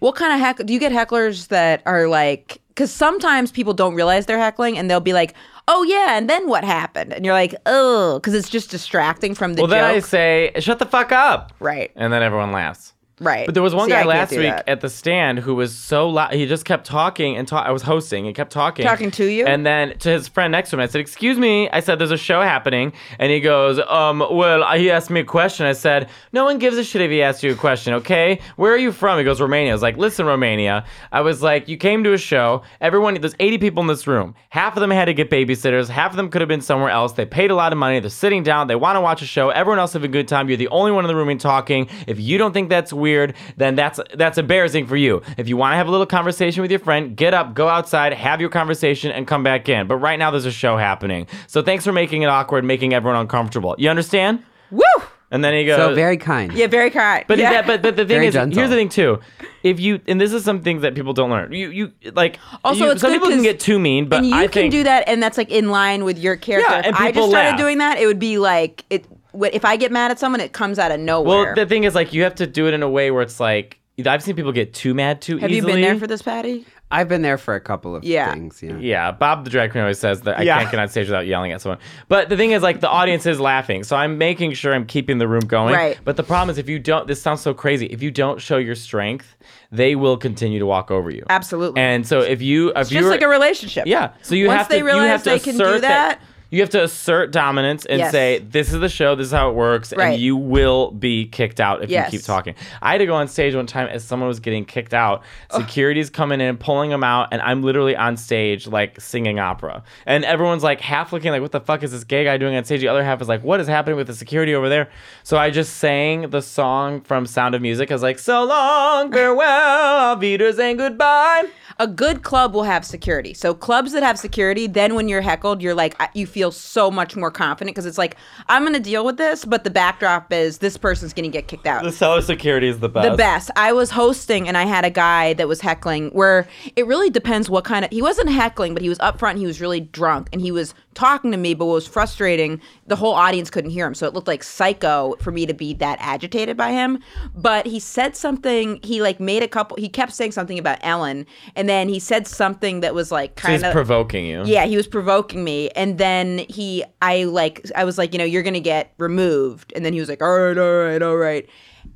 Speaker 1: What kind of heck do you get hecklers that are like? Because sometimes people don't realize they're heckling, and they'll be like, "Oh yeah," and then what happened? And you're like, "Oh," because it's just distracting from the
Speaker 2: Well,
Speaker 1: joke.
Speaker 2: then I say, shut the fuck up.
Speaker 1: Right.
Speaker 2: And then everyone laughs.
Speaker 1: right.
Speaker 2: But there was one
Speaker 1: See, I
Speaker 2: guy
Speaker 1: can't
Speaker 2: last
Speaker 1: do
Speaker 2: week
Speaker 1: that.
Speaker 2: at the stand who was so loud. He just kept talking and talk. I was hosting and kept talking.
Speaker 1: Talking to you?
Speaker 2: And then to his friend next to him, I said, "Excuse me." I said, "There's a show happening," and he goes, "Um, well," I- he asked me a question. I said, "No one gives a shit if he asks you a question, okay? Where are you from?" He goes, "Romania." I was like, "Listen, Romania." I was like, "You came to a show. Everyone, there's 80 people in this room. Half of them had to get babysitters. Half of them could have been somewhere else. They paid a lot of money. They're sitting down. They want to watch a show. Everyone else have a good time. You're the only one in the room and talking. If you don't think that's weird, then that's that's embarrassing for you. If you want to have a little conversation with your friend, get up, go outside, have your conversation, and come back in. But right now, there's a show happening. So thanks for making it awkward, making everyone uncomfortable. You understand?
Speaker 1: Woo!
Speaker 2: And then he goes.
Speaker 4: So very kind.
Speaker 1: Yeah, very kind.
Speaker 2: But,
Speaker 1: yeah.
Speaker 2: that, but but the thing
Speaker 4: Very
Speaker 2: is,
Speaker 4: gentle.
Speaker 2: here's the thing too. If you and this is some things that people don't learn. You you like
Speaker 1: Also,
Speaker 2: you-
Speaker 1: it's
Speaker 2: some
Speaker 1: good
Speaker 2: people can
Speaker 1: 'cause-
Speaker 2: get too mean, but
Speaker 1: and you
Speaker 2: I
Speaker 1: can
Speaker 2: think
Speaker 1: do that, and that's like in line with your character.
Speaker 2: Yeah, and
Speaker 1: if I
Speaker 2: people
Speaker 1: just started
Speaker 2: laugh.
Speaker 1: doing that, it would be like it. what- If I get mad at someone, it comes out of nowhere.
Speaker 2: Well, the thing is, like, you have to do it in a way where it's like I've seen people get too mad too
Speaker 1: Have
Speaker 2: easily.
Speaker 1: you been there for this, Patty?
Speaker 4: I've been there for a couple of
Speaker 1: Yeah.
Speaker 4: things. Yeah.
Speaker 2: Yeah, Bob the drag queen always says that I
Speaker 4: Yeah.
Speaker 2: can't get on stage without yelling at someone. But the thing is, like, the audience is laughing, so I'm making sure I'm keeping the room going.
Speaker 1: Right.
Speaker 2: But the problem is, if you don't, this sounds so crazy. If you don't show your strength, they will continue to walk over you.
Speaker 1: Absolutely.
Speaker 2: And so if you, if
Speaker 1: It's
Speaker 2: you
Speaker 1: just like a relationship.
Speaker 2: yeah. So you
Speaker 1: Once
Speaker 2: have
Speaker 1: they
Speaker 2: to you
Speaker 1: realize
Speaker 2: have to
Speaker 1: they
Speaker 2: assert
Speaker 1: can do that-
Speaker 2: You have to assert dominance and
Speaker 1: Yes.
Speaker 2: say, "This is the show. This is how it works,"
Speaker 1: Right.
Speaker 2: and you will be kicked out if
Speaker 1: Yes.
Speaker 2: you keep talking. I had to go on stage one time as someone was getting kicked out. Security's coming in, pulling them out, and I'm literally on stage like singing opera, and everyone's like half looking like, "What the fuck is this gay guy doing on stage?" The other half is like, "What is happening with the security over there?" So I just sang the song from Sound of Music. I was like, "So long, farewell, auf Wiedersehen, goodbye."
Speaker 1: a good club will have security. So clubs that have security, then when you're heckled, you're like I- you feel so much more confident because it's like I'm going to deal with this, but the backdrop is this person's going to get kicked out.
Speaker 2: The seller security is the best.
Speaker 1: the best. I was hosting and I had a guy that was heckling where it really depends what kind of he wasn't heckling, but he was up front, he was really drunk, and he was talking to me, but what was frustrating, the whole audience couldn't hear him. So it looked like psycho for me to be that agitated by him. But he said something, he like made a couple he kept saying something about Ellen, and then he said something that was like
Speaker 2: So
Speaker 1: kind
Speaker 2: he's
Speaker 1: of
Speaker 2: provoking you.
Speaker 1: yeah, he was provoking me, and then he, I like, I was like, you know, you're gonna get removed, and then he was like, all right, all right, all right,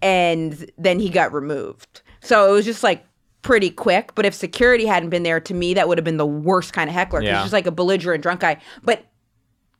Speaker 1: and then he got removed. So it was just like pretty quick. But if security hadn't been there, to me that would have been the worst kind of heckler. 'cause
Speaker 2: Yeah.
Speaker 1: He's just like a belligerent drunk guy, but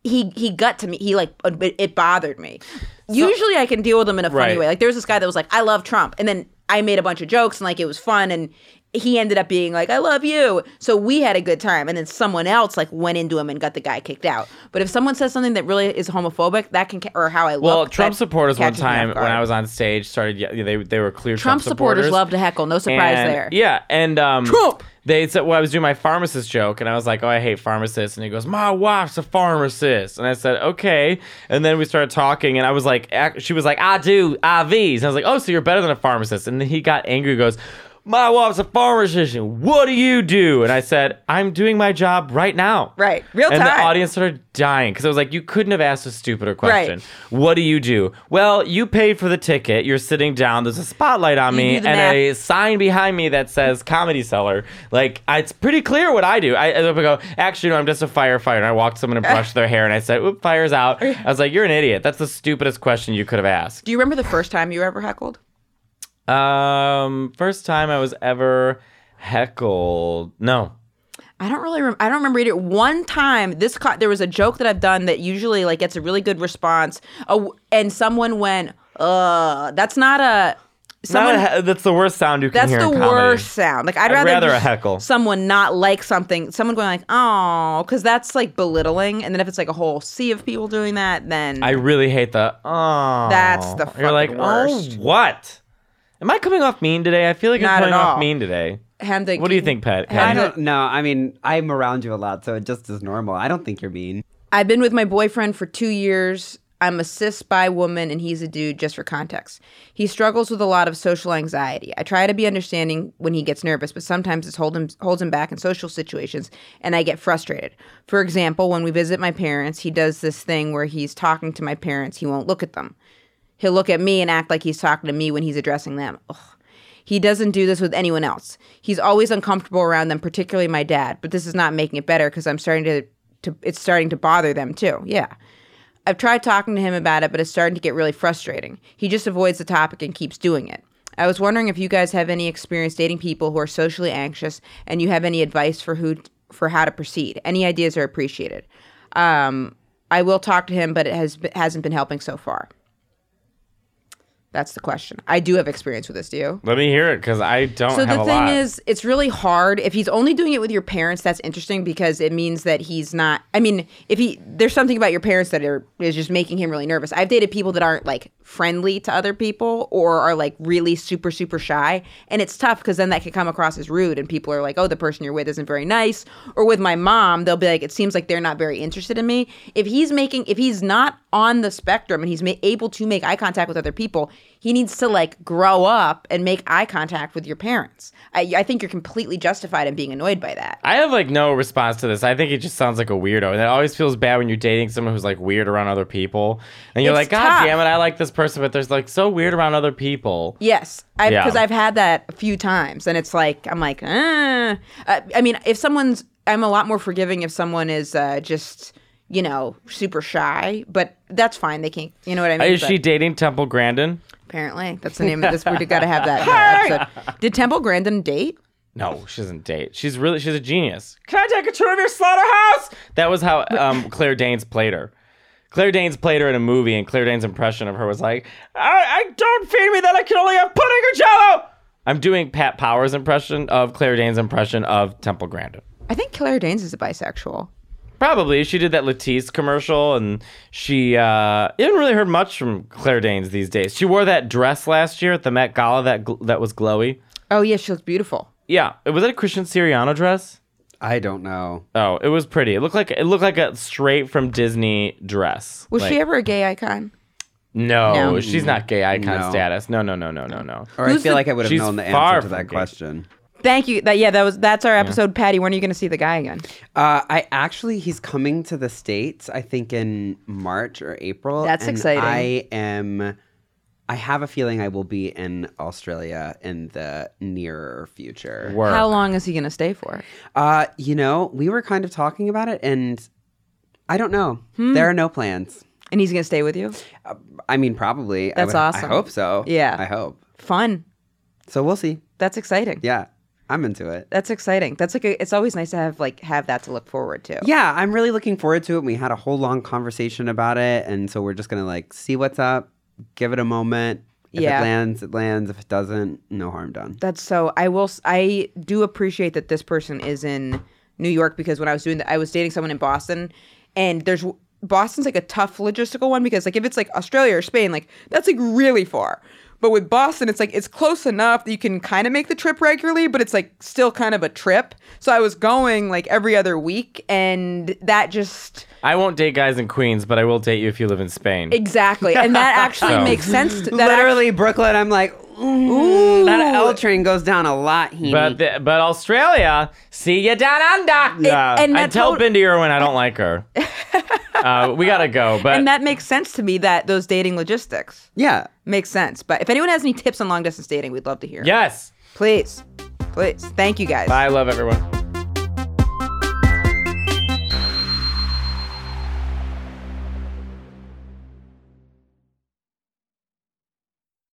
Speaker 1: he he got to me. He like uh, it, it bothered me. Usually I can deal with him in a funny
Speaker 2: Right.
Speaker 1: way. Like there was this guy that was like, I love Trump, and then I made a bunch of jokes and like it was fun and he ended up being like, I love you. So we had a good time. And then someone else like went into him and got the guy kicked out. But if someone says something that really is homophobic, that can, ca- or how I look.
Speaker 2: Well,
Speaker 1: that
Speaker 2: Trump supporters one
Speaker 1: catches me off
Speaker 2: time when
Speaker 1: guard.
Speaker 2: I was on stage started ye- they they were clear
Speaker 1: Trump,
Speaker 2: Trump,
Speaker 1: supporters,
Speaker 2: supporters
Speaker 1: love to heckle. No surprise
Speaker 2: and-
Speaker 1: there.
Speaker 2: Yeah, and um,
Speaker 1: Trump.
Speaker 2: they said, "Well, I was doing my pharmacist joke, and I was like, oh, I hate pharmacists." And he goes, "My wife's a pharmacist," and I said, "Okay." And then we started talking, and I was like, ac- "She was like, I do IVs," and I was like, "Oh, so you're better than a pharmacist?" And then he got angry, and goes. My wife's a pharmacist. and What do you do? And I said, I'm doing my job right now.
Speaker 1: Right. Real
Speaker 2: and
Speaker 1: time.
Speaker 2: the audience started dying because I was like, you couldn't have asked a stupider question.
Speaker 1: Right.
Speaker 2: What do you do? Well, you paid for the ticket. You're sitting down. There's a spotlight on me
Speaker 1: do
Speaker 2: and
Speaker 1: the
Speaker 2: a sign behind me that says comedy seller. Like, I- it's pretty clear what I do. I, I go, actually, no, I'm just a firefighter. And I walked someone and brushed their hair and I said, oop, fire's out. I was like, you're an idiot. That's the stupidest question you could have asked.
Speaker 1: Do you remember the first time you were ever heckled?
Speaker 2: Um, first time I was ever heckled. No.
Speaker 1: I don't really. Rem- I don't remember it. One time, this co- there was a joke that I've done that usually like gets a really good response, a w and someone went, "Uh, that's not a." Someone,
Speaker 2: Not a he- that's the worst sound you can
Speaker 1: that's
Speaker 2: hear
Speaker 1: the
Speaker 2: in comedy.
Speaker 1: worst sound. Like I'd
Speaker 2: I'd
Speaker 1: rather,
Speaker 2: rather a
Speaker 1: just
Speaker 2: heckle.
Speaker 1: Someone not like something. Someone going like, "Oh," because that's like belittling. And then if it's like a whole sea of people doing that, then
Speaker 2: I really hate the oh.
Speaker 1: That's the
Speaker 2: You're like,
Speaker 1: fucking worst.
Speaker 2: oh, what? Am I coming off mean today? I feel like
Speaker 1: Not
Speaker 2: I'm coming
Speaker 1: at all.
Speaker 2: off mean today.
Speaker 1: Hamdi,
Speaker 2: What do you think, Pat?
Speaker 1: I
Speaker 4: I
Speaker 2: Patty?
Speaker 1: don't-
Speaker 4: don't know. I mean, I'm around you a lot, so it just is normal. I don't think you're mean.
Speaker 1: I've been with my boyfriend for two years. I'm a cis bi woman and he's a dude, just for context. He struggles with a lot of social anxiety. I try to be understanding when he gets nervous, but sometimes this hold him, holds him back in social situations and I get frustrated. For example, when we visit my parents, he does this thing where he's talking to my parents, he won't look at them. He'll look at me and act like he's talking to me when he's addressing them. Ugh. He doesn't do this with anyone else. He's always uncomfortable around them, particularly my dad. But this is not making it better because I'm starting to, to, it's starting to bother them too. Yeah. I've tried talking to him about it, but it's starting to get really frustrating. He just avoids the topic and keeps doing it. I was wondering if you guys have any experience dating people who are socially anxious and you have any advice for who for how to proceed. Any ideas are appreciated. Um, I will talk to him, but it has hasn't been helping so far. That's the question. I do have experience with this, do you?
Speaker 2: Let me hear it because I don't
Speaker 1: So
Speaker 2: have
Speaker 1: the
Speaker 2: a
Speaker 1: thing
Speaker 2: lot.
Speaker 1: is, it's really hard. If he's only doing it with your parents, that's interesting because it means that he's not. I mean, if he there's something about your parents that are is just making him really nervous. I've dated people that aren't like friendly to other people or are like really super super shy, and it's tough because then that can come across as rude, and people are like, "Oh, the person you're with isn't very nice." Or with my mom, they'll be like, "It seems like they're not very interested in me." If he's making, if he's not on the spectrum and he's ma- able to make eye contact with other people, he needs to like grow up and make eye contact with your parents. I, I think you're completely justified in being annoyed by that.
Speaker 2: I have like no response to this. I think it just sounds like a weirdo, and it always feels bad when you're dating someone who's like weird around other people, and you're
Speaker 1: It's
Speaker 2: like, God
Speaker 1: tough.
Speaker 2: damn it, I like this person, but they're like so weird around other people.
Speaker 1: Yes, because
Speaker 2: Yeah.
Speaker 1: I've had that a few times, and it's like I'm like, ah. uh, I mean, if someone's, I'm a lot more forgiving if someone is uh, just, you know, super shy. But that's fine. They can't. You know what I mean?
Speaker 2: Is
Speaker 1: But
Speaker 2: she dating Temple Grandin?
Speaker 1: apparently, that's the name of this. We got to have that in the episode. Did Temple Grandin date?
Speaker 2: No, she doesn't date. She's really she's a genius. Can I take a tour of your slaughterhouse? That was how um, Claire Danes played her. Claire Danes played her in a movie, and Claire Danes' impression of her was like, I, "I don't feed me that. I can only have pudding or jello." I'm doing Pat Powers' impression of Claire Danes' impression of Temple Grandin.
Speaker 1: I think Claire Danes is a bisexual.
Speaker 2: Probably she did that Latisse commercial, and she uh, you haven't really heard much from Claire Danes these days. She wore that dress last year at the Met Gala that gl- that was glowy.
Speaker 1: Oh yeah, she looks beautiful.
Speaker 2: Yeah, was that a Christian Siriano dress?
Speaker 4: I don't know.
Speaker 2: Oh, it was pretty. It looked like it looked like a straight from Disney dress.
Speaker 1: Was
Speaker 2: Like-
Speaker 1: she ever a gay icon?
Speaker 2: No,
Speaker 1: No.
Speaker 2: she's not gay icon
Speaker 4: No.
Speaker 2: status. No, no, no, no, no, no.
Speaker 4: Or
Speaker 1: Who's
Speaker 4: I feel
Speaker 1: the-
Speaker 4: like I would have
Speaker 2: She's
Speaker 4: known the
Speaker 2: far
Speaker 4: answer to
Speaker 2: from
Speaker 4: that
Speaker 2: gay.
Speaker 4: question.
Speaker 1: Thank you. That yeah, that was that's our episode. Patty, when are you going to see the guy again?
Speaker 4: Uh, I actually, he's coming to the states. I think in March or April.
Speaker 1: That's
Speaker 4: and
Speaker 1: exciting.
Speaker 4: I am. I have a feeling I will be in Australia in the nearer future.
Speaker 2: Work.
Speaker 1: How long is he going to stay for?
Speaker 4: Uh, you know, we were kind of talking about it, and I don't know.
Speaker 1: Hmm.
Speaker 4: There are no plans.
Speaker 1: And he's going to stay with you?
Speaker 4: I mean, probably. I
Speaker 1: That's
Speaker 4: would-
Speaker 1: awesome.
Speaker 4: I hope so.
Speaker 1: Yeah.
Speaker 4: I hope.
Speaker 1: Fun.
Speaker 4: So we'll see.
Speaker 1: That's exciting.
Speaker 4: Yeah, I'm into it.
Speaker 1: That's exciting. That's like a, it's always nice to have like have that to look forward to.
Speaker 4: Yeah, I'm really looking forward to it. We had a whole long conversation about it, and so we're just gonna like see what's up, give it a moment, If
Speaker 1: Yeah.
Speaker 4: it lands, it lands. If it doesn't, no harm done.
Speaker 1: That's so. I will. s- I do appreciate that this person is in New York because when I was doing that, I was dating someone in Boston, and there's Boston's like a tough logistical one because like if it's like Australia or Spain, like that's like really far. But with Boston, it's like it's close enough that you can kind of make the trip regularly, but it's like still kind of a trip. So I was going like every other week, and that just
Speaker 2: I won't date guys in Queens, but I will date you if you live in Spain.
Speaker 1: exactly, and that actually
Speaker 2: So-
Speaker 1: makes sense. To, that
Speaker 4: Literally, Brooklyn. I'm like, ooh, that L train goes down a lot. Heaney.
Speaker 2: But the, but Australia, see you down under.
Speaker 1: Yeah. and
Speaker 2: I
Speaker 1: that
Speaker 2: tell
Speaker 1: tot-
Speaker 2: Bindi Irwin I don't like her. uh, we gotta go. But
Speaker 1: and that makes sense to me that those dating logistics.
Speaker 4: yeah.
Speaker 1: Makes sense. But if anyone has any tips on long distance dating, we'd love to hear.
Speaker 2: yes,
Speaker 1: Please. Please. Thank you guys.
Speaker 2: I love everyone.